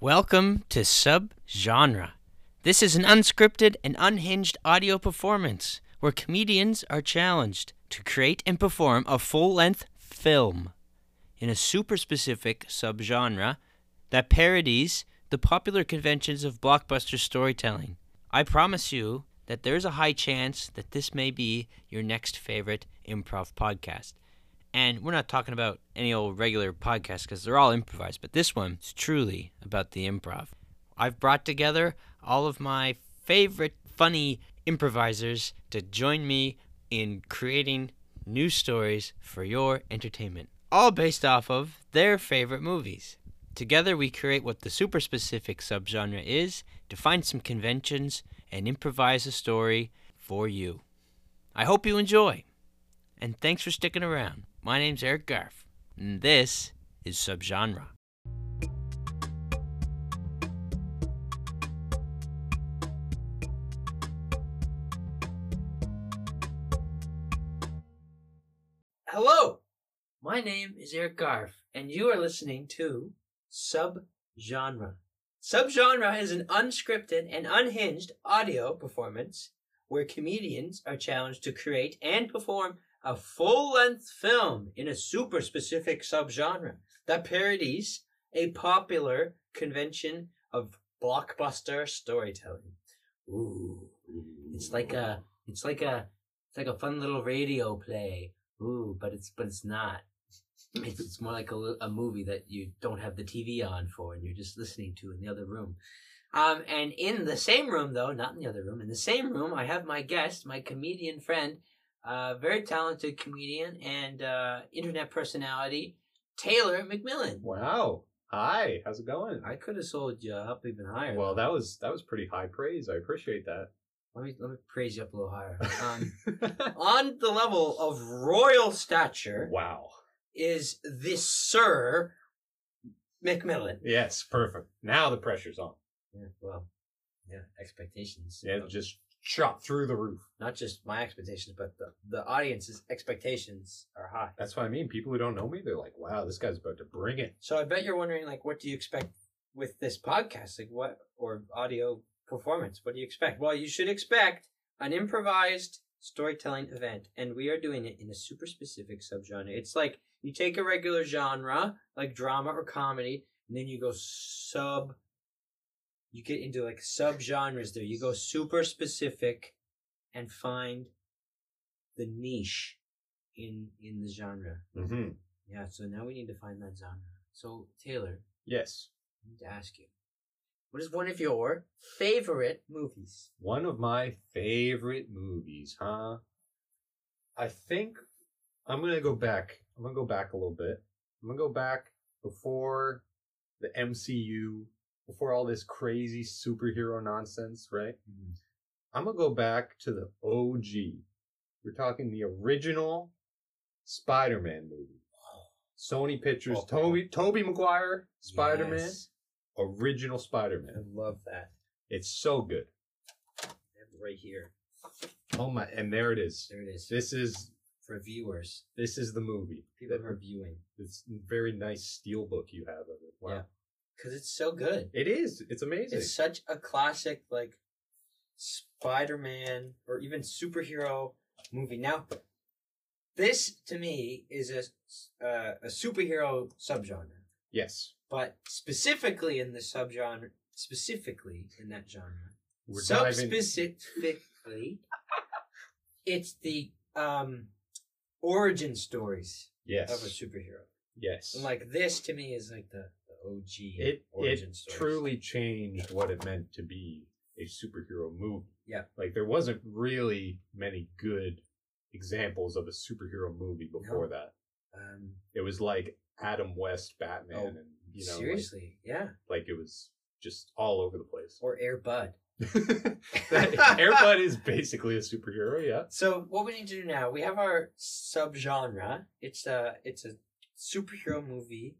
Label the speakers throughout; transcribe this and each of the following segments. Speaker 1: Welcome to Subgenre. This is an unscripted and unhinged audio performance where comedians are challenged to create and perform a full length film in a super specific subgenre that parodies the popular conventions of blockbuster storytelling. I promise you that there's a high chance that this may be your next favorite improv podcast. And we're not talking about any old regular podcast because they're all improvised, but this one is truly about the improv. I've brought together all of my favorite funny improvisers to join me in creating new stories for your entertainment, all based off of their favorite movies. Together, we create what the super specific subgenre is, define some conventions, and improvise a story for you. I hope you enjoy, and thanks for sticking around. My name's Eric Garf, and this is Subgenre. Hello, my name is Eric Garf, and you are listening to Subgenre. Subgenre is an unscripted and unhinged audio performance where comedians are challenged to create and perform a full length film in a super specific subgenre that parodies a popular convention of blockbuster storytelling. Ooh. It's like a it's like a it's like a fun little radio play. Ooh, but it's but it's not. It's, it's more like a, li- a movie that you don't have the TV on for and you're just listening to in the other room. Um, and in the same room though, not in the other room, in the same room, I have my guest, my comedian friend, uh, very talented comedian and uh, internet personality, Taylor McMillan.
Speaker 2: Wow. Hi. How's it going?
Speaker 1: I could have sold you up even higher.
Speaker 2: Well, that was that was pretty high praise. I appreciate that.
Speaker 1: let me let me praise you up a little higher. Um, on the level of royal stature
Speaker 2: wow.
Speaker 1: is this Sir McMillan.
Speaker 2: Yes, perfect. Now the pressure's on.
Speaker 1: Yeah, well, yeah, expectations.
Speaker 2: Yeah,
Speaker 1: Um,
Speaker 2: just shot through the roof.
Speaker 1: not just my expectations, but the the audience's expectations are high.
Speaker 2: That's what I mean. People who don't know me, they're like, "Wow, this guy's about to bring it."
Speaker 1: So I bet you're wondering, like, what do you expect with this podcast? Like, what or audio performance? What do you expect? Well, you should expect an improvised storytelling event, and we are doing it in a super specific subgenre. It's like you take a regular genre, like drama or comedy, and then you go sub. You get into like subgenres there. You go super specific, and find the niche in in the genre.
Speaker 2: Mm-hmm.
Speaker 1: Yeah, so now we need to find that genre. So, Taylor,
Speaker 2: Yes.
Speaker 1: I need to ask you what is one of your favorite movies?
Speaker 2: One of my favorite movies, huh? I think I'm gonna go back. I'm gonna go back a little bit. I'm gonna go back before the MCU, before all this crazy superhero nonsense, right? I'm gonna go back to the OG. We're talking the original Spider-Man movie. Sony Pictures,
Speaker 1: Oh.
Speaker 2: Toby Toby Maguire, Spider-Man,
Speaker 1: Yes,
Speaker 2: original
Speaker 1: I
Speaker 2: Spider-Man.
Speaker 1: love that.
Speaker 2: It's so good.
Speaker 1: I have it right here.
Speaker 2: Oh my! And there it is.
Speaker 1: There it is.
Speaker 2: This is
Speaker 1: For viewers,
Speaker 2: this is the movie.
Speaker 1: people who are viewing.
Speaker 2: It's very nice steel book you have of it. Wow.
Speaker 1: Yeah. Because it's so good.
Speaker 2: It is. It's amazing.
Speaker 1: It's such a classic, like, Spider Man or even superhero movie. Now, this to me is a, s- uh, a superhero subgenre.
Speaker 2: yes.
Speaker 1: but specifically in the subgenre, specifically in that genre,
Speaker 2: We're diving.
Speaker 1: subspecifically, it's the um, origin stories of a
Speaker 2: Yes.
Speaker 1: superhero.
Speaker 2: Yes.
Speaker 1: And like this to me is like the, the OG
Speaker 2: it
Speaker 1: origin
Speaker 2: it
Speaker 1: stories.
Speaker 2: truly changed what it meant to be a superhero movie.
Speaker 1: Yeah.
Speaker 2: Like there wasn't really many good examples of a superhero movie before that.
Speaker 1: Um,
Speaker 2: It was like Adam West Batman
Speaker 1: Oh,
Speaker 2: and you know like-
Speaker 1: seriously, yeah.
Speaker 2: Like, it was just all over the place.
Speaker 1: Or Air Bud.
Speaker 2: that, Airbud is basically a superhero, yeah.
Speaker 1: So what we need to do now, we have our subgenre. It's a it's a superhero movie,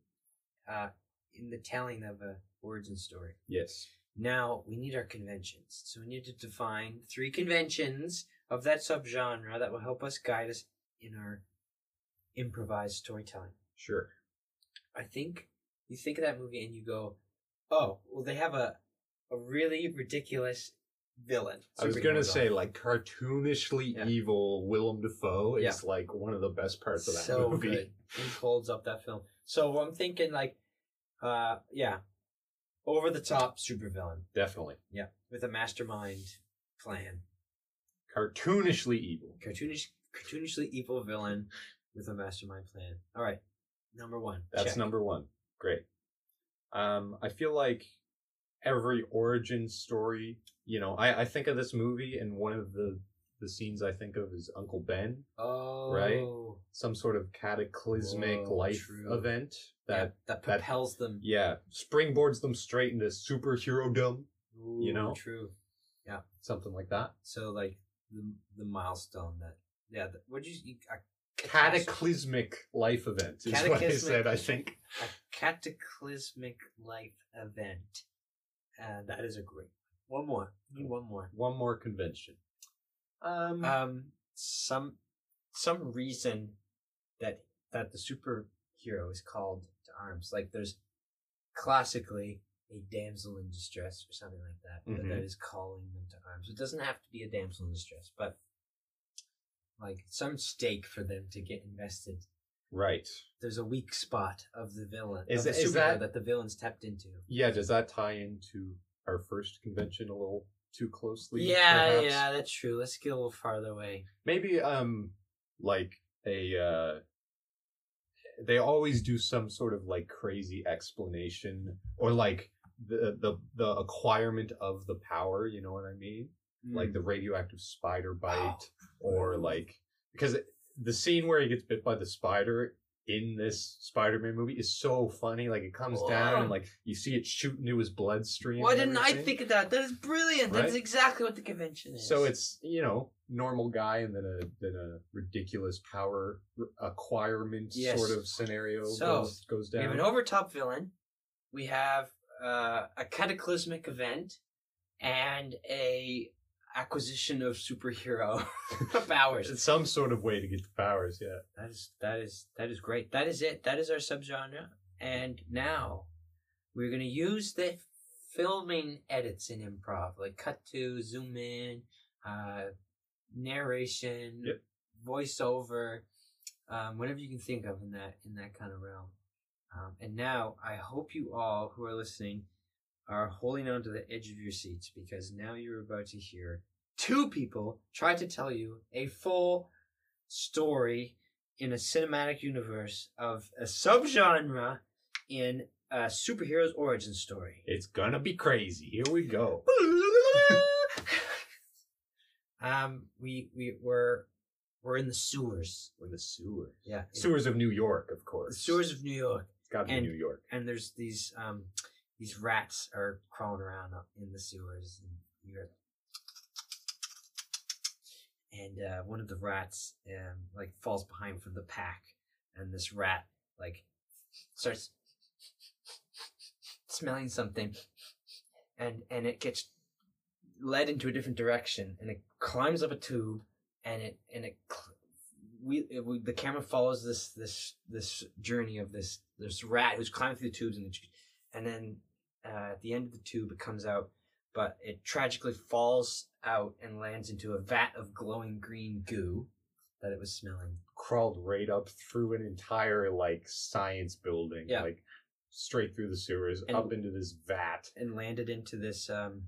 Speaker 1: uh, in the telling of a origin story.
Speaker 2: Yes.
Speaker 1: Now we need our conventions. So we need to define three conventions of that subgenre that will help us guide us in our improvised storytelling.
Speaker 2: Sure.
Speaker 1: I think you think of that movie and you go, Oh, well, they have a a really ridiculous villain.
Speaker 2: I was
Speaker 1: Superhero
Speaker 2: gonna
Speaker 1: villain.
Speaker 2: say like cartoonishly
Speaker 1: Yeah.
Speaker 2: evil Willem Dafoe
Speaker 1: Yeah.
Speaker 2: is like one of the best parts of that
Speaker 1: so
Speaker 2: movie.
Speaker 1: good. He holds up that film. So I'm thinking like, uh, yeah, over the top supervillain
Speaker 2: Definitely
Speaker 1: with a mastermind plan,
Speaker 2: cartoonishly evil.
Speaker 1: cartoonish, cartoonishly evil villain with a mastermind plan. All right, number one.
Speaker 2: That's
Speaker 1: Check.
Speaker 2: number one. Great. Um, I feel like every origin story, you know, I, I think of this movie and one of the, the scenes I think of is Uncle Ben,
Speaker 1: Oh,
Speaker 2: some sort of cataclysmic
Speaker 1: Whoa,
Speaker 2: life
Speaker 1: true.
Speaker 2: event
Speaker 1: Yeah,
Speaker 2: that,
Speaker 1: that propels them.
Speaker 2: yeah, springboards them straight into superhero dumb,
Speaker 1: Ooh,
Speaker 2: know?
Speaker 1: true.
Speaker 2: something like that.
Speaker 1: So like the the milestone that yeah. The, what you you- a
Speaker 2: Cataclysmic life event is what I
Speaker 1: Cataclysmic.
Speaker 2: said, I think.
Speaker 1: a cataclysmic life event. And that is a great one. more. Need
Speaker 2: Oh.
Speaker 1: one more.
Speaker 2: One more convention. Um,
Speaker 1: Um some some reason that that the superhero is called to arms. Like there's classically a damsel in distress or something like that, that- that
Speaker 2: Mhm.
Speaker 1: is calling them to arms. It doesn't have to be a damsel in distress, but like some stake for them to get invested.
Speaker 2: right.
Speaker 1: There's a weak spot of the villain
Speaker 2: Is
Speaker 1: of the
Speaker 2: it- is
Speaker 1: superhero
Speaker 2: that-
Speaker 1: that the villain's tapped into.
Speaker 2: Yeah, does that tie into our first convention a little too closely?
Speaker 1: Yeah,
Speaker 2: perhaps?
Speaker 1: yeah, that's true. Let's get a little farther away.
Speaker 2: Maybe um like a uh they always do some sort of like crazy explanation or like the the the acquirement of the power, you know what I mean?
Speaker 1: Hmm.
Speaker 2: Like the radioactive spider bite or like because it- the scene where he gets bit by the spider in this Spider-Man movie is so funny. Like it comes down and like you see it shoot into his bloodstream.
Speaker 1: Why
Speaker 2: and
Speaker 1: didn't I
Speaker 2: everything.
Speaker 1: think of that? That is brilliant. That is
Speaker 2: Right?
Speaker 1: exactly what the convention is.
Speaker 2: So it's you know normal guy and then a then a ridiculous power r- acquirement
Speaker 1: Yes.
Speaker 2: sort of scenario
Speaker 1: So,
Speaker 2: goes goes
Speaker 1: we
Speaker 2: down.
Speaker 1: have an overtop villain, we have uh, a cataclysmic event, and a acquisition of superhero powers.
Speaker 2: It's some sort of way to get the powers. Yeah,
Speaker 1: That is that is that is great. That is it. That is our subgenre. And now we're gonna use the filming edits in improv, like cut to, zoom in, uh, narration,
Speaker 2: Yep.
Speaker 1: voiceover, um, whatever you can think of in that in that kind of realm. Um, and now I hope you all who are listening are holding on to the edge of your seats because now you're about to hear two people try to tell you a full story in a cinematic universe of a subgenre in a superhero's origin story.
Speaker 2: it's gonna be crazy. Here we go.
Speaker 1: um, we we were we're in the sewers.
Speaker 2: We're in the sewers.
Speaker 1: Yeah,
Speaker 2: Sewers of New York, of
Speaker 1: the
Speaker 2: course.
Speaker 1: sewers of New York,
Speaker 2: It's gotta be
Speaker 1: and-
Speaker 2: New York.
Speaker 1: and there's these um these rats are crawling around up in the sewers, and you're and uh, one of the rats um, like falls behind from the pack, and this rat like starts smelling something, and and it gets led into a different direction, and it climbs up a tube, and it and it cl- we, it, we the camera follows this this this journey of this this rat who's climbing through the tubes, and the, tr- and then uh, at the end of the tube it comes out. But it tragically falls out and lands into a vat of glowing green goo that it was smelling.
Speaker 2: Crawled right up through an entire like science building,
Speaker 1: Yeah.
Speaker 2: like straight through the sewers,
Speaker 1: And-
Speaker 2: up into this vat.
Speaker 1: and landed into this um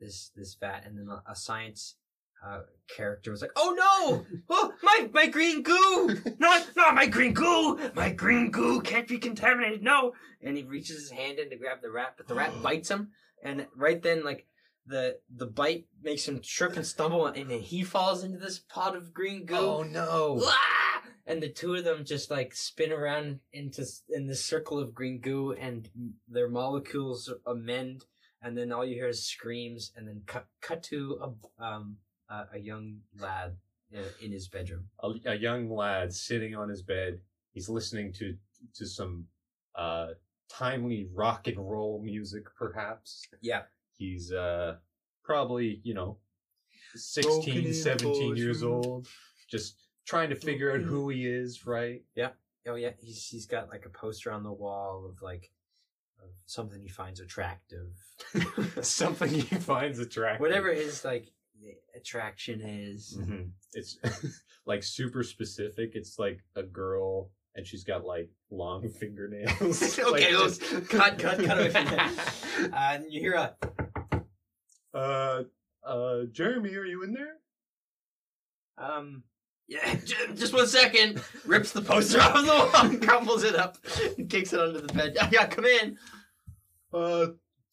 Speaker 1: this this vat and then a, a science uh, character was like oh no oh, my my green goo not not my green goo my green goo can't be contaminated no and he reaches his hand in to grab the rat but the rat bites him and right then like the the bite makes him trip and stumble and then he falls into this pot of green goo
Speaker 2: Oh no!
Speaker 1: Ah! And the two of them just like spin around into s- in this circle of green goo, and their molecules amend, and then all you hear is screams, and then cut cut to a um a, a young lad uh, in his bedroom.
Speaker 2: a, a young lad sitting on his bed. He's listening to to some uh, timely rock and roll music, perhaps.
Speaker 1: Yeah.
Speaker 2: He's uh, probably you know 16, 17 years old, just trying to figure out who he is. Right?
Speaker 1: Oh yeah, he's he's got like a poster on the wall of like of something he finds attractive,
Speaker 2: Something he finds attractive.
Speaker 1: whatever his like attraction is.
Speaker 2: Mhm. It's like super specific. It's like a girl and she's got like long fingernails.
Speaker 1: Okay,
Speaker 2: Like,
Speaker 1: let's
Speaker 2: just-
Speaker 1: cut, cut, cut away from that. Uh, and you hear a
Speaker 2: uh, uh, Jeremy, are you in there?
Speaker 1: um. Yeah, j- just one second. Rips the poster off the wall, crumbles it up, and kicks it under the bed. Yeah, come in.
Speaker 2: Uh,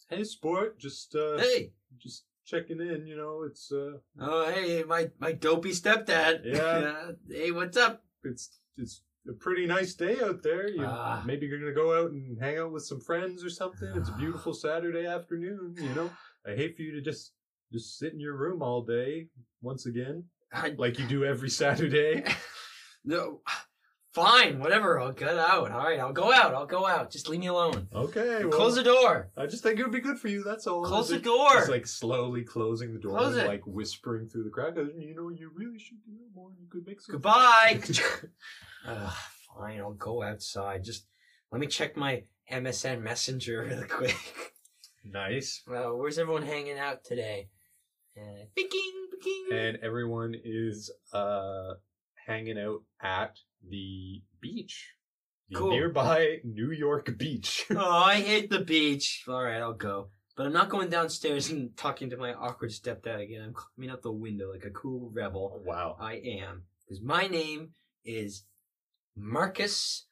Speaker 2: hey, sport. Just uh,
Speaker 1: Hey.
Speaker 2: just checking in. You know, it's uh,
Speaker 1: Oh, hey, my my dopey stepdad.
Speaker 2: Yeah.
Speaker 1: hey, what's up?
Speaker 2: it's it's a pretty nice day out there. You
Speaker 1: Ah.
Speaker 2: maybe you're gonna go out and hang out with some friends or something. It's a beautiful
Speaker 1: Ah.
Speaker 2: Saturday afternoon. You know, I hate for you to just just sit in your room all day once again,
Speaker 1: I,
Speaker 2: like you do every Saturday.
Speaker 1: no, fine, whatever. I'll get out. All right, I'll go out. I'll go out. Just leave me alone.
Speaker 2: Okay, well,
Speaker 1: Close the door.
Speaker 2: I just think it would be good for you. That's all.
Speaker 1: Close the
Speaker 2: It's
Speaker 1: door.
Speaker 2: It's like slowly closing the door,
Speaker 1: Close
Speaker 2: and
Speaker 1: it.
Speaker 2: like whispering through the crack. You know, you really should do it more. You could make some.
Speaker 1: Goodbye. Ugh, fine, I'll go outside. Just let me check my MSN Messenger really quick.
Speaker 2: nice.
Speaker 1: Well, where's everyone hanging out today? Uh, bing, bing.
Speaker 2: And everyone is uh hanging out at the beach, the
Speaker 1: Cool.
Speaker 2: nearby New York beach.
Speaker 1: oh, I hate the beach. All right, I'll go. But I'm not going downstairs and talking to my awkward stepdad again. I'm climbing out the window like a cool rebel.
Speaker 2: wow.
Speaker 1: I am. Because my name is Marcus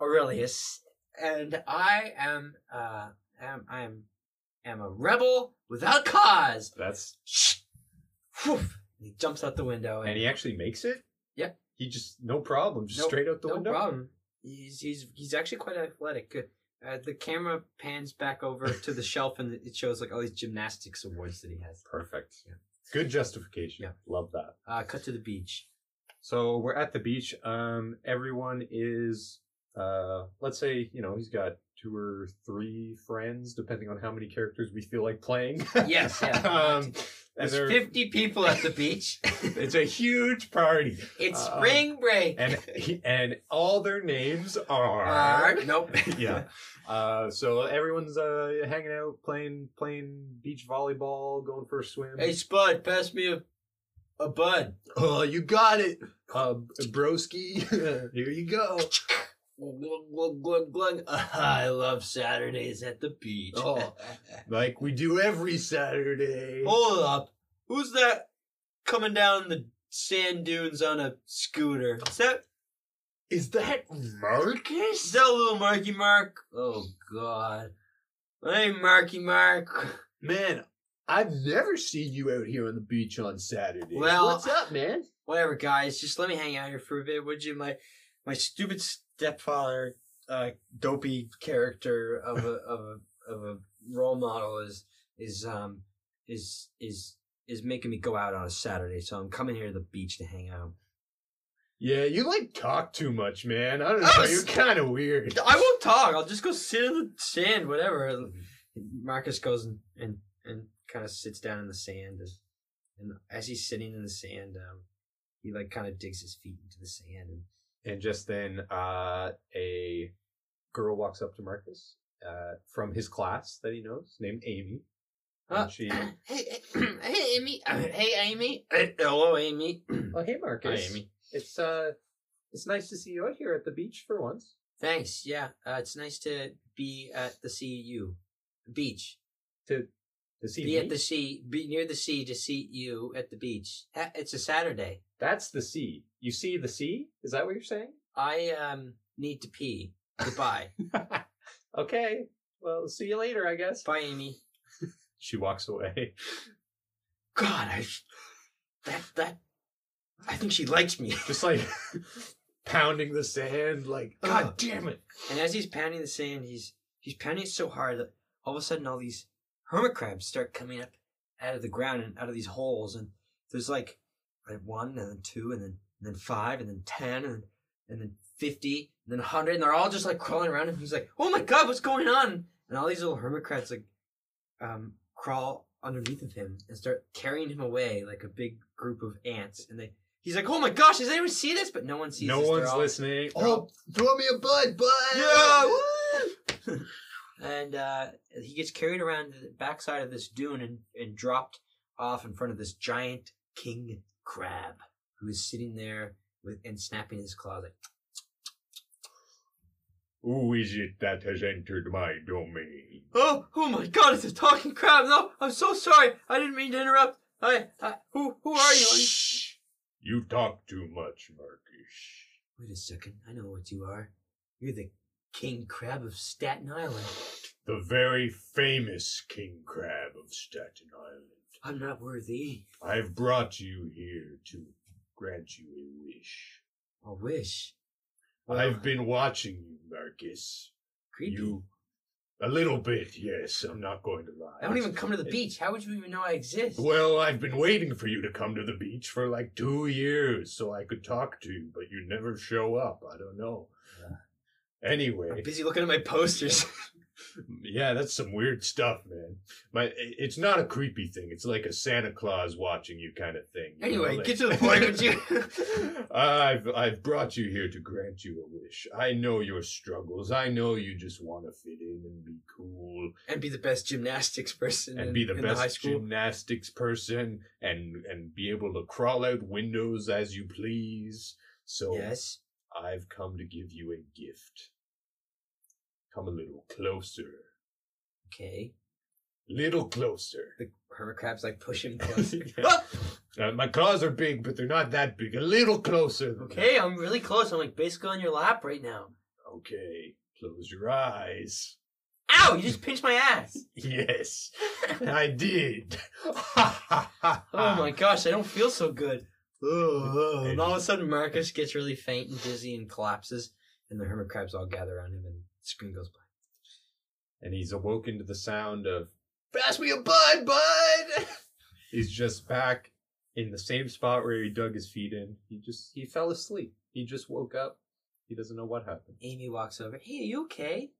Speaker 1: Aurelius, and I am, uh, am, I'm, am a rebel without cause.
Speaker 2: That's
Speaker 1: Shh. Whew. He jumps out the window, and,
Speaker 2: and he actually makes it.
Speaker 1: Yeah.
Speaker 2: He just no problem, just
Speaker 1: Nope,
Speaker 2: straight out the
Speaker 1: no
Speaker 2: window.
Speaker 1: problem. He's he's he's actually quite athletic. Uh, the camera pans back over to the shelf, and it shows like all these gymnastics awards that he has.
Speaker 2: Perfect.
Speaker 1: Yeah.
Speaker 2: Good justification.
Speaker 1: Yeah.
Speaker 2: Love that.
Speaker 1: Uh, cut to the beach.
Speaker 2: So we're at the beach. Um, everyone is, uh, let's say, you know, he's got two or three friends, depending on how many characters we feel like playing.
Speaker 1: Yes, yeah.
Speaker 2: um, Uh, and
Speaker 1: There's
Speaker 2: they're-
Speaker 1: 50 people at the beach.
Speaker 2: it's a huge party,
Speaker 1: It's
Speaker 2: Um,
Speaker 1: spring break.
Speaker 2: and he- and all their names are.
Speaker 1: Arr, nope.
Speaker 2: yeah. Uh, so everyone's uh hanging out, playing playing beach volleyball, going for a swim.
Speaker 1: Hey, Spud, pass me a, a bud.
Speaker 2: Oh, you got it, uh, broski. Here you go.
Speaker 1: Glug, glug, glug, glug. I love Saturdays at the beach.
Speaker 2: Oh. Like we do every Saturday.
Speaker 1: Hold up. Who's that coming down the sand dunes on a scooter? Is that,
Speaker 2: Is that
Speaker 1: is
Speaker 2: Marcus?
Speaker 1: that little Marky Mark? Oh, God. Hey, Marky Mark.
Speaker 2: Man, I've never seen you out here on the beach on Saturday.
Speaker 1: Well-
Speaker 2: What's up, man?
Speaker 1: Whatever, guys. Just let me hang out here for a bit, would you? My my stupid stepfather, uh, dopey character of a, of a, of a role model is is um is is is making me go out on a Saturday, so I'm coming here to the beach to hang out.
Speaker 2: Yeah, you like talk too much, man. I don't know.
Speaker 1: I
Speaker 2: You're
Speaker 1: was-
Speaker 2: kind of weird.
Speaker 1: I won't talk. I'll just go sit in the sand, whatever. Marcus goes and and, and kind of sits down in the sand, and, and as he's sitting in the sand, um, he like kind of digs his feet into the sand. And,
Speaker 2: And just then, uh, a girl walks up to Marcus uh, from his class that he knows, named Amy.
Speaker 1: Uh,
Speaker 2: And she,
Speaker 1: hey, hey, Amy. Uh, Hey, Amy. Uh, Hello, Amy.
Speaker 2: oh, hey, Marcus.
Speaker 1: Hi, Amy.
Speaker 2: It's uh, it's nice to see you out here at the beach for once.
Speaker 1: Thanks. Yeah, uh, it's nice to be at the CU beach.
Speaker 2: To to see
Speaker 1: Be
Speaker 2: me?
Speaker 1: at the sea. Be near the sea to see you at the beach. Ha- It's a Saturday.
Speaker 2: That's the sea. You see the sea? Is that what you're saying?
Speaker 1: I um need to pee. Goodbye.
Speaker 2: okay. Well, see you later, I guess.
Speaker 1: Bye, Amy.
Speaker 2: She walks away.
Speaker 1: God, I that that I think she likes me.
Speaker 2: Just like pounding the sand, like, God
Speaker 1: Ugh.
Speaker 2: damn it.
Speaker 1: And as he's pounding the sand, he's he's pounding it so hard that all of a sudden all these hermit crabs start coming up out of the ground and out of these holes. And there's like, like one, and then two, and then and then five, and then ten, and and then fifty, and then hundred, and they're all just like crawling around. And he's like, "Oh my god, what's going on?" And all these little hermit crabs like um, crawl underneath of him and start carrying him away like a big group of ants. And they he's like, "Oh my gosh, does anyone see this?" But no one sees.
Speaker 2: no
Speaker 1: this. They're
Speaker 2: one's
Speaker 1: all-
Speaker 2: listening.
Speaker 1: they're all-
Speaker 2: throw me a bud, bud.
Speaker 1: yeah. woo! and uh, he gets carried around to the backside of this dune and, and dropped off in front of this giant king crab who is sitting there with and snapping his claws like
Speaker 2: Who is it that has entered my domain?
Speaker 1: Oh, oh my God! It's a talking crab. No, I'm so sorry. I didn't mean to interrupt. I, I who, who are you? Are you-
Speaker 2: Shh. You talk too much, Marcus.
Speaker 1: Wait a second. I know what you are. You're the king crab of Staten Island.
Speaker 2: The very famous king crab of Staten Island.
Speaker 1: I'm not worthy.
Speaker 2: I've brought you here to grant you a wish.
Speaker 1: I wish.
Speaker 2: I've been watching you, Marcus.
Speaker 1: creepy.
Speaker 2: You, a little bit, yes. I'm not going to lie.
Speaker 1: I don't even come to the beach. How would you even know I exist?
Speaker 2: Well, I've been waiting for you to come to the beach for like two years so I could talk to you, but you never show up. I don't know.
Speaker 1: I'm
Speaker 2: Anyway,
Speaker 1: busy looking at my posters.
Speaker 2: yeah, that's some weird stuff, man. My, i- it's not a creepy thing. It's like a Santa Claus watching you kind of thing. you know,
Speaker 1: Anyway,
Speaker 2: like-
Speaker 1: get to the point, would you?
Speaker 2: I've I've brought you here to grant you a wish. I know your struggles. I know you just want to fit in and be cool
Speaker 1: and be the best gymnastics person
Speaker 2: and
Speaker 1: in,
Speaker 2: be the
Speaker 1: in
Speaker 2: best
Speaker 1: high school.
Speaker 2: gymnastics person and and be able to crawl out windows as you please. So
Speaker 1: Yes.
Speaker 2: I've come to give you a gift. Come a little closer.
Speaker 1: Okay.
Speaker 2: Little closer.
Speaker 1: The hermit crab's like Oh! push him closer.
Speaker 2: Yeah. Uh, my claws are big, but they're not that big. A little closer. than
Speaker 1: okay, I'm really close. I'm like basically on your lap right now.
Speaker 2: that. Okay. Close your eyes.
Speaker 1: Ow! You just pinched my ass.
Speaker 2: Yes, I did. oh
Speaker 1: Oh my gosh, I don't feel so good. Ugh. And all of a sudden, Marcus gets really faint and dizzy and collapses, and the hermit crabs all gather around him, and the screen goes black.
Speaker 2: And he's awoken to the sound of "Pass me a bud, bud." he's just back in the same spot where he dug his feet in. He just he fell asleep. He just woke up. He doesn't know what happened.
Speaker 1: Amy walks over. Hey, are you okay?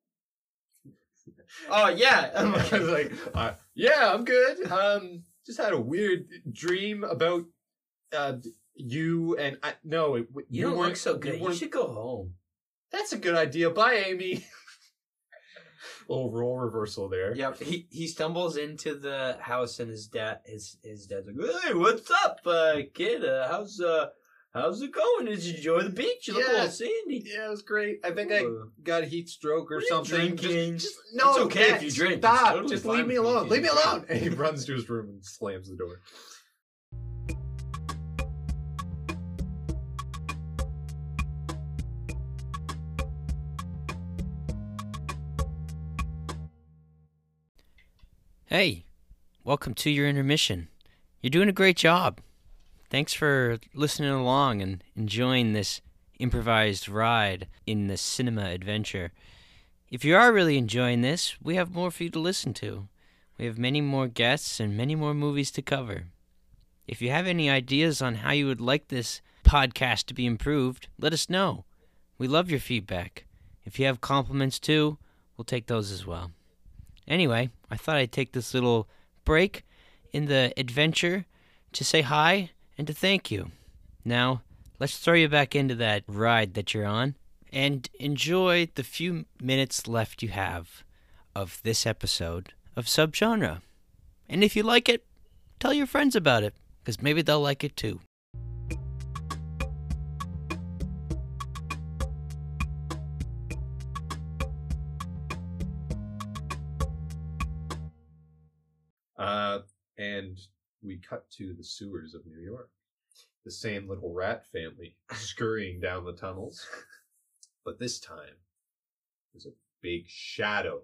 Speaker 1: oh yeah. I'm like-
Speaker 2: I was like, uh, "Yeah, I'm good. Um, just had a weird dream about uh you and I. No, it,
Speaker 1: you, don't
Speaker 2: weren't-
Speaker 1: look so good. You,
Speaker 2: weren't-
Speaker 1: should go home.
Speaker 2: That's a good idea. Bye, Amy." Little role reversal there.
Speaker 1: Yep. He he stumbles into the house, and his dad his his dad's like, Hey, what's up, uh, kid? Uh, how's uh how's it going? Did you enjoy the beach? You look
Speaker 2: Yeah.
Speaker 1: all sandy.
Speaker 2: Yeah, it was great. I think I
Speaker 1: Ooh.
Speaker 2: got a heat stroke or
Speaker 1: What are you
Speaker 2: something.
Speaker 1: drinking?
Speaker 2: Just, just- no,
Speaker 1: It's okay if
Speaker 2: Matt,
Speaker 1: you drink. It's
Speaker 2: Stop.
Speaker 1: totally
Speaker 2: just
Speaker 1: fine
Speaker 2: leave me
Speaker 1: if you
Speaker 2: alone. Leave me
Speaker 1: drink.
Speaker 2: alone. And he runs to his room and slams the door.
Speaker 3: Hey, welcome to your intermission. You're doing a great job. Thanks for listening along and enjoying this improvised ride in the cinema adventure. If you are really enjoying this, we have more for you to listen to. We have many more guests and many more movies to cover. If you have any ideas on how you would like this podcast to be improved, let us know. We love your feedback. If you have compliments too, we'll take those as well. Anyway, I thought I'd take this little break in the adventure to say hi and to thank you. Now, let's throw you back into that ride that you're on and enjoy the few minutes left you have of this episode of Subgenre. And if you like it, tell your friends about it, because maybe they'll like it too.
Speaker 2: Uh, and we cut to the sewers of New York. The same little rat family scurrying down the tunnels. But this time, there's a big shadow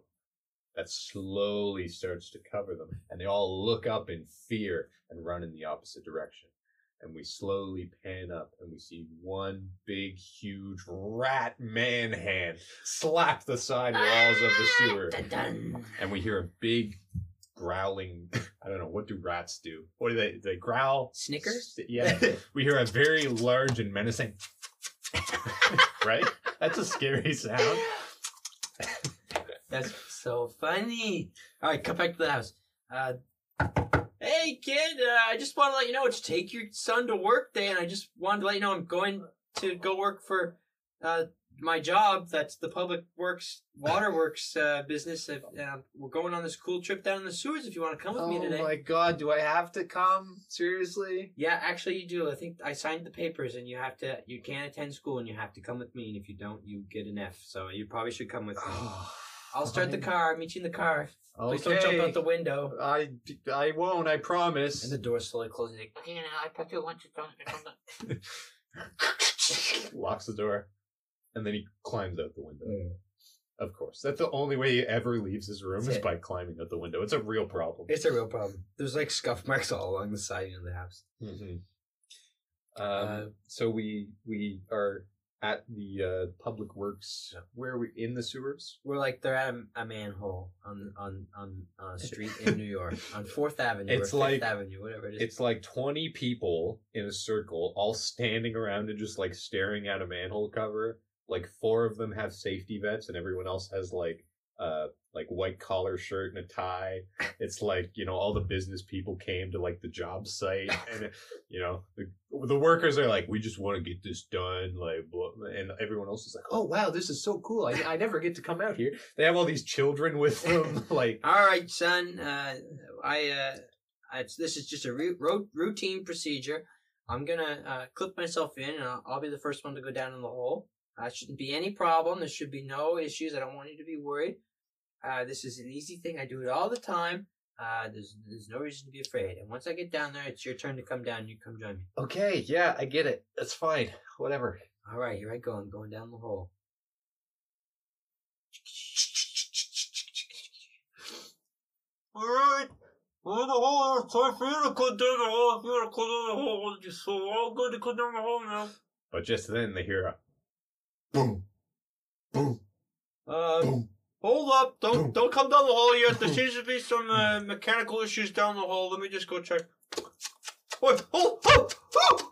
Speaker 2: that slowly starts to cover them. And they all look up in fear and run in the opposite direction. And we slowly pan up and we see one big, huge rat man hand slap the side walls of the sewer
Speaker 1: Dun, dun.
Speaker 2: and we hear a big growling. I don't know what do rats do. What do they? They growl.
Speaker 1: Snickers?
Speaker 2: Yeah. we hear a very large and menacing. right. That's a scary sound.
Speaker 1: That's so funny. All right, come back to the house. Uh, hey, kid, uh, I just want to let you know it's take your son to work day, and I just wanted to let you know I'm going to go work for uh, my job that's the public works waterworks uh, business if, uh, we're going on this cool trip down in the sewers if you want to come with me today
Speaker 2: Oh my god, do I have to come? Seriously?
Speaker 1: yeah actually you do i think i signed the papers and you have to you can't attend school and you have to come with me and if you don't you get an f so you probably should come with me
Speaker 2: Oh,
Speaker 1: i'll start the car meet you in the car please don't jump out the window
Speaker 2: I, I won't, I promise.
Speaker 1: and the door slowly closes like, okay now i put you once
Speaker 2: Locks the door. And then he climbs out the window. Of course. That's the only way he ever leaves his room
Speaker 1: That's
Speaker 2: is
Speaker 1: it.
Speaker 2: by climbing out the window. It's a real problem.
Speaker 1: it's a real problem there's like scuff marks all along the side of the house
Speaker 2: Mhm.
Speaker 1: Uh,
Speaker 2: Um, so we we are at the uh, public works. Where are we in the sewers?
Speaker 1: We're like they're at a, a manhole on on on on a street in New York on Fourth Avenue.
Speaker 2: It's
Speaker 1: or
Speaker 2: like-
Speaker 1: Fifth Avenue, whatever it is.
Speaker 2: It's like twenty people in a circle, all standing around and just like staring at a manhole cover. Like four of them have safety vests, and everyone else has like uh like white collar shirt and a tie. It's like you know all the business people came to like the job site, and you know the, the workers are like, we just want to get this done, like, blah, blah," and everyone else is like, oh wow, this is so cool. I I never get to come out here. They have all these children with them, like.
Speaker 1: all right, son. Uh, I uh, I, this is just a ru- ro- routine procedure. I'm gonna uh, clip myself in, and I'll, I'll be the first one to go down in the hole. That shouldn't be any problem. There should be no issues. I don't want you to be worried. Uh, this is an easy thing. I do it all the time. Uh, there's there's no reason to be afraid. And once I get down there, it's your turn to come down. You come join me.
Speaker 2: Okay, yeah, I get it. That's fine. Whatever.
Speaker 1: All right, here I go. I'm going down the hole. All right. Well, the hole is time for you to cut down the hole. If you want to cut down the hole, just so all good to cut down the hole now.
Speaker 2: But just then they hear a boom, boom,
Speaker 1: Uh,
Speaker 2: boom.
Speaker 1: hold up!
Speaker 2: Boom.
Speaker 1: Don't don't come down the hole yet. There
Speaker 2: Boom.
Speaker 1: seems to be some uh, mechanical issues down the hole. Let me just go check. Wait! Oh! Oh! Oh!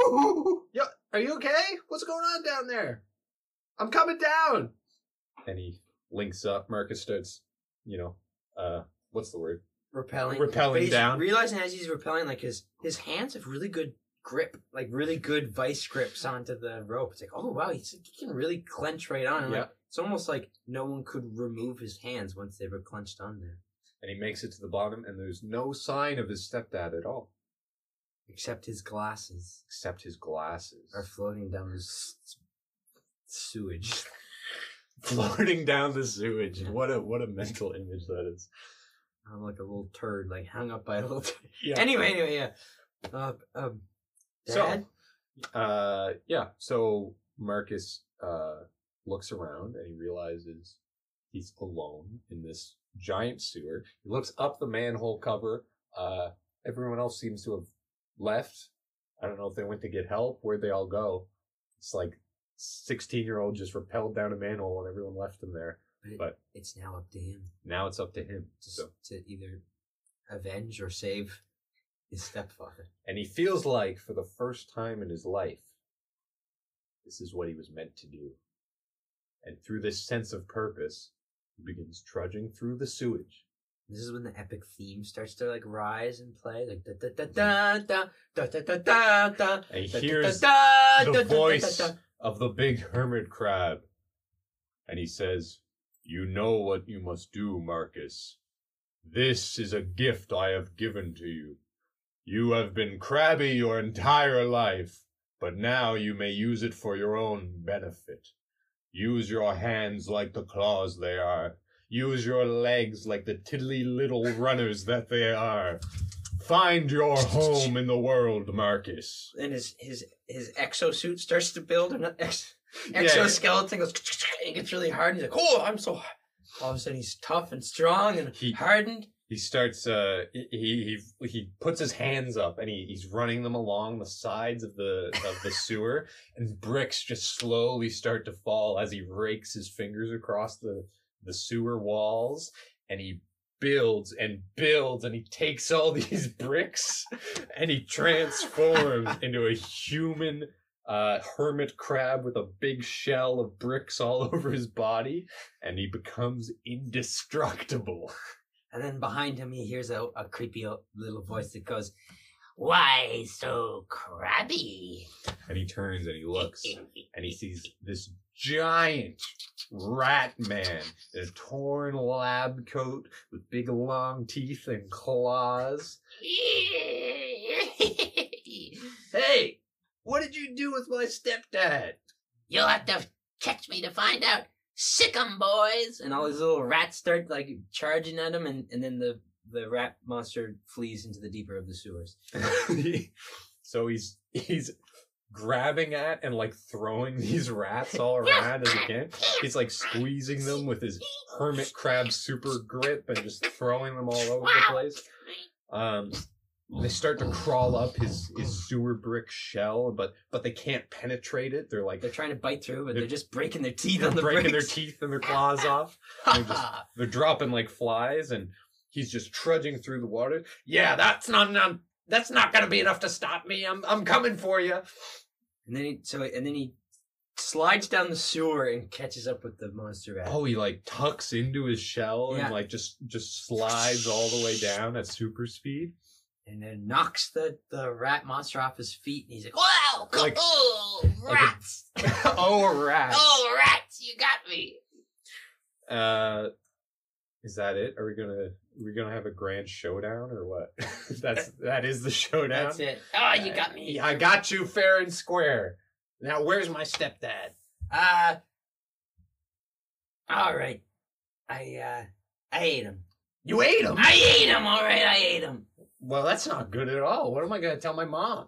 Speaker 1: Oh!
Speaker 2: Yo, are you okay? What's going on down there? I'm coming down. And he links up. Marcus starts, you know, uh, what's the word?
Speaker 1: repelling,
Speaker 2: Repelling
Speaker 1: But he's
Speaker 2: down.
Speaker 1: Realizing as he's repelling, like his his hands have really good grip, like really good vice grips onto the rope. It's like, oh wow, he's, he can really clench right on. And, like,
Speaker 2: Yeah.
Speaker 1: it's almost like no one could remove his hands once they were clenched on there,
Speaker 2: And he makes it to the bottom, and there's no sign of his stepdad at all,
Speaker 1: except his glasses
Speaker 2: except his glasses
Speaker 1: are floating down this sewage.
Speaker 2: floating down the sewage. What a what a mental image that is.
Speaker 1: I'm like a little turd, like hung up by a little. Turd.
Speaker 2: Yeah.
Speaker 1: Anyway, anyway, yeah. Uh, um,
Speaker 2: So-
Speaker 1: Dad,
Speaker 2: Uh, yeah. So Marcus uh looks around and he realizes he's alone in this giant sewer. He looks up the manhole cover. Uh, everyone else seems to have left. I don't know if they went to get help. Where'd they all go? It's like sixteen-year-old just rappelled down a manhole and everyone left him there. but-
Speaker 1: it's now up to him.
Speaker 2: Now it's up to him.
Speaker 1: to,
Speaker 2: So,
Speaker 1: to either avenge or save his stepfather.
Speaker 2: and he feels like for the first time in his life, this is what he was meant to do. And through this sense of purpose, he begins trudging through the sewage.
Speaker 1: This is when the epic theme starts to like rise and play, like da da da da da da da da da da.
Speaker 2: And he
Speaker 1: da, da,
Speaker 2: hears
Speaker 1: da, da, da,
Speaker 2: the
Speaker 1: da, da,
Speaker 2: voice
Speaker 1: da.
Speaker 2: of the big hermit crab. And he says, You know what you must do, Marcus. This is a gift I have given to you. You have been crabby your entire life, but now you may use it for your own benefit. Use your hands like the claws they are. Use your legs like the tiddly little runners that they are. Find your home in the world, Marcus.
Speaker 1: And his his his exosuit starts to build, and the ex,
Speaker 2: Yeah.
Speaker 1: exoskeleton goes. It gets really hard, and he's like, "Oh, I'm so." hard." All of a sudden, he's tough and strong and
Speaker 2: He-
Speaker 1: hardened.
Speaker 2: he starts uh he he he- he puts his hands up and he, he's running them along the sides of the of the sewer and bricks just slowly start to fall as he rakes his fingers across the the sewer walls and he builds and builds and he takes all these bricks and he transforms into a human uh, hermit crab with a big shell of bricks all over his body and he becomes indestructible
Speaker 1: And then behind him, he hears a, a creepy little voice that goes,
Speaker 4: Why so crabby?
Speaker 2: And he turns and he looks and he sees this giant rat man in a torn lab coat with big long teeth and claws. Hey, what did you do with my stepdad?
Speaker 4: You'll have to catch me to find out. Sick 'em, boys!
Speaker 1: and all these little rats start like charging at him, and, and then the the rat monster flees into the deeper of the sewers.
Speaker 2: so he's he's grabbing at and like throwing these rats all around as he can. He's like squeezing them with his hermit crab super grip and just throwing them all over the place. Um, they start to crawl up his his sewer brick shell, but but they can't penetrate it. They're like
Speaker 1: They're trying to bite through, but they're,
Speaker 2: They're-
Speaker 1: just breaking their teeth
Speaker 2: they're
Speaker 1: on the
Speaker 2: breaking
Speaker 1: bricks.
Speaker 2: their teeth and their claws off. They're just they're dropping like flies and he's just trudging through the water yeah that's not enough that's not gonna be enough to stop me i'm i'm coming for you
Speaker 1: And then he so and then he slides down the sewer and catches up with the monster rat.
Speaker 2: oh he like tucks into his shell
Speaker 1: Yeah.
Speaker 2: and like just just slides all the way down at super speed
Speaker 1: And then knocks the, the rat monster off his feet and he's like,
Speaker 4: Wow! co-
Speaker 2: Like-
Speaker 4: oh,
Speaker 2: like a-
Speaker 4: rats!
Speaker 2: oh rats
Speaker 4: oh, rats! You got me!
Speaker 2: uh is that it are we gonna we're gonna have a grand showdown or what that's that is the showdown
Speaker 1: That's it.
Speaker 4: Oh, you got me!
Speaker 2: i got you fair and square now where's my stepdad
Speaker 1: Uh all right. I uh I ate him.
Speaker 2: you ate him
Speaker 1: I ate him, all right, I ate him.
Speaker 2: Well, that's not good at all. What am I going to tell my mom?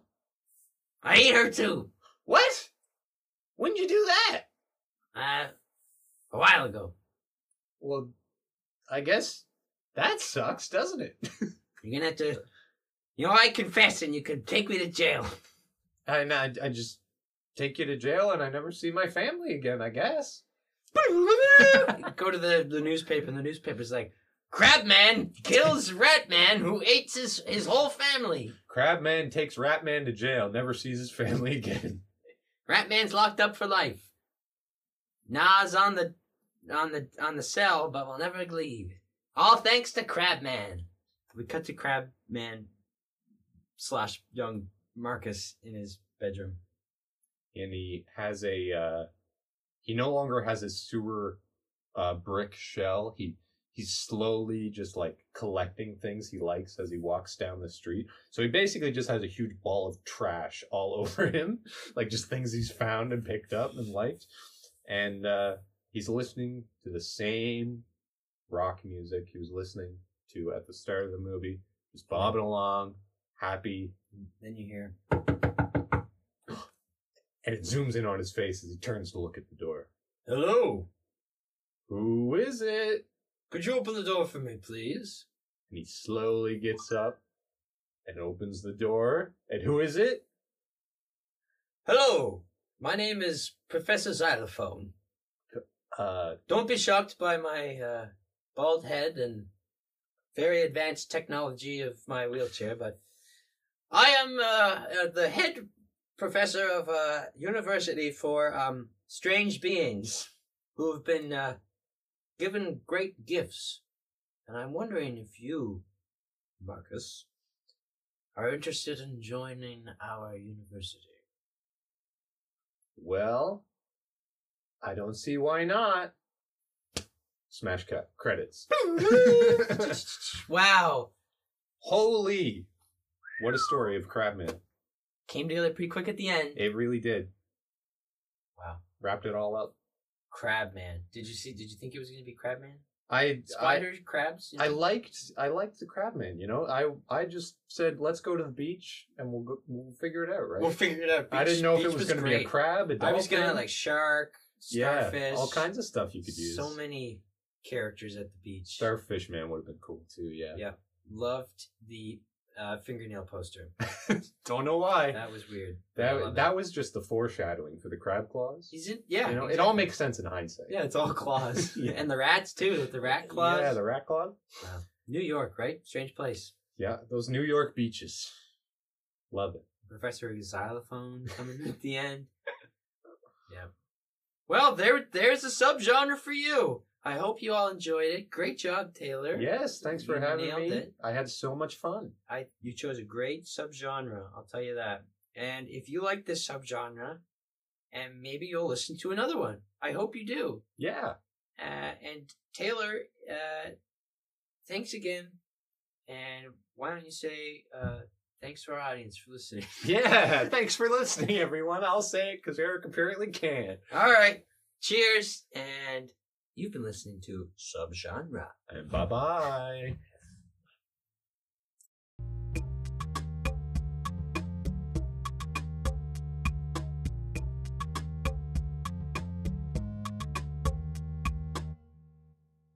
Speaker 1: I ate her too.
Speaker 2: What? When'd you do that?
Speaker 1: Uh a while ago.
Speaker 2: Well, I guess that sucks, doesn't it?
Speaker 1: You're gonna have to You know, I confess and you can take me to jail.
Speaker 2: And I, I just take you to jail and I never see my family again, I guess.
Speaker 1: Go to the, the newspaper and the newspaper's like Crab man kills rat man who ate his, his whole family.
Speaker 2: Crabman takes Ratman to jail, never sees his family again.
Speaker 1: Rat man's locked up for life. Nas on the on the on the cell, but will never leave. All thanks to Crab Man. We cut to Crab Man slash young Marcus in his bedroom.
Speaker 2: And he has a, uh, he no longer has his sewer uh, brick shell. He, he's slowly just like collecting things he likes as he walks down the street. So he basically just has a huge ball of trash all over him, like just things he's found and picked up and liked. And uh, he's listening to the same rock music he was listening to at the start of the movie, just bobbing along, happy.
Speaker 1: Then you hear
Speaker 2: And it zooms in on his face as he turns to look at the door.
Speaker 1: Hello.
Speaker 2: Who is it?
Speaker 1: Could you open the door for me, please?
Speaker 2: And he slowly gets up and opens the door. And who is it?
Speaker 1: Hello. My name is Professor Xylophone.
Speaker 2: Uh,
Speaker 1: Don't be shocked by my uh, bald head and very advanced technology of my wheelchair, but I am uh, uh, the head professor of a university for um, strange beings who have been uh, given great gifts. And I'm wondering if you, Marcus, are interested in joining our university.
Speaker 2: well, I don't see why not. Smash cut. Credits.
Speaker 1: wow.
Speaker 2: Holy! What a story of Crabman.
Speaker 1: Came together pretty quick at the end.
Speaker 2: It really did.
Speaker 1: Wow.
Speaker 2: Wrapped it all up.
Speaker 1: Crabman. Did you see? Did you think it was gonna be Crabman?
Speaker 2: I, I,
Speaker 1: Spiders, crabs. you
Speaker 2: I
Speaker 1: know?
Speaker 2: liked, I liked the Crabman, you know? I, I just said, let's go to the beach and we'll go, we'll figure it out, right?
Speaker 1: We'll figure it out.
Speaker 2: I didn't know if
Speaker 1: Beach
Speaker 2: it was, going to be a
Speaker 1: great.
Speaker 2: crab, a
Speaker 1: I
Speaker 2: dolphin.
Speaker 1: was gonna like shark, starfish,
Speaker 2: yeah, all kinds of stuff you could use.
Speaker 1: So many characters at the beach.
Speaker 2: Starfish Man would have been cool too. Yeah.
Speaker 1: Yeah. Loved the uh, fingernail poster.
Speaker 2: Don't know why.
Speaker 1: That was weird. I
Speaker 2: That
Speaker 1: love
Speaker 2: that
Speaker 1: it.
Speaker 2: was just the foreshadowing for the crab claws.
Speaker 1: He's in. Yeah.
Speaker 2: you know, it
Speaker 1: exactly.
Speaker 2: all makes sense in hindsight.
Speaker 1: Yeah, it's all claws.
Speaker 2: Yeah.
Speaker 1: And the rats too. With the rat claws.
Speaker 2: Yeah, the rat claw.
Speaker 1: New York, right? Strange place.
Speaker 2: Yeah, those New York beaches. Love it.
Speaker 1: Professor Xylophone coming in at the end. Yeah. Well, there, there's a subgenre for you. I hope you all enjoyed it. Great job, Taylor.
Speaker 2: Yes, thanks for
Speaker 1: You
Speaker 2: having
Speaker 1: nailed
Speaker 2: me.
Speaker 1: it.
Speaker 2: I had so much fun.
Speaker 1: I you chose a great subgenre, I'll tell you that. And if you like this subgenre, and maybe you'll listen to another one. I hope you do.
Speaker 2: Yeah.
Speaker 1: Uh, and Taylor, uh, thanks again. And why don't you say uh, thanks to our audience for listening?
Speaker 2: Yeah. thanks for listening, everyone. I'll say it because Eric apparently can.
Speaker 1: All right. Cheers. And you've been listening to Subgenre.
Speaker 2: And bye bye.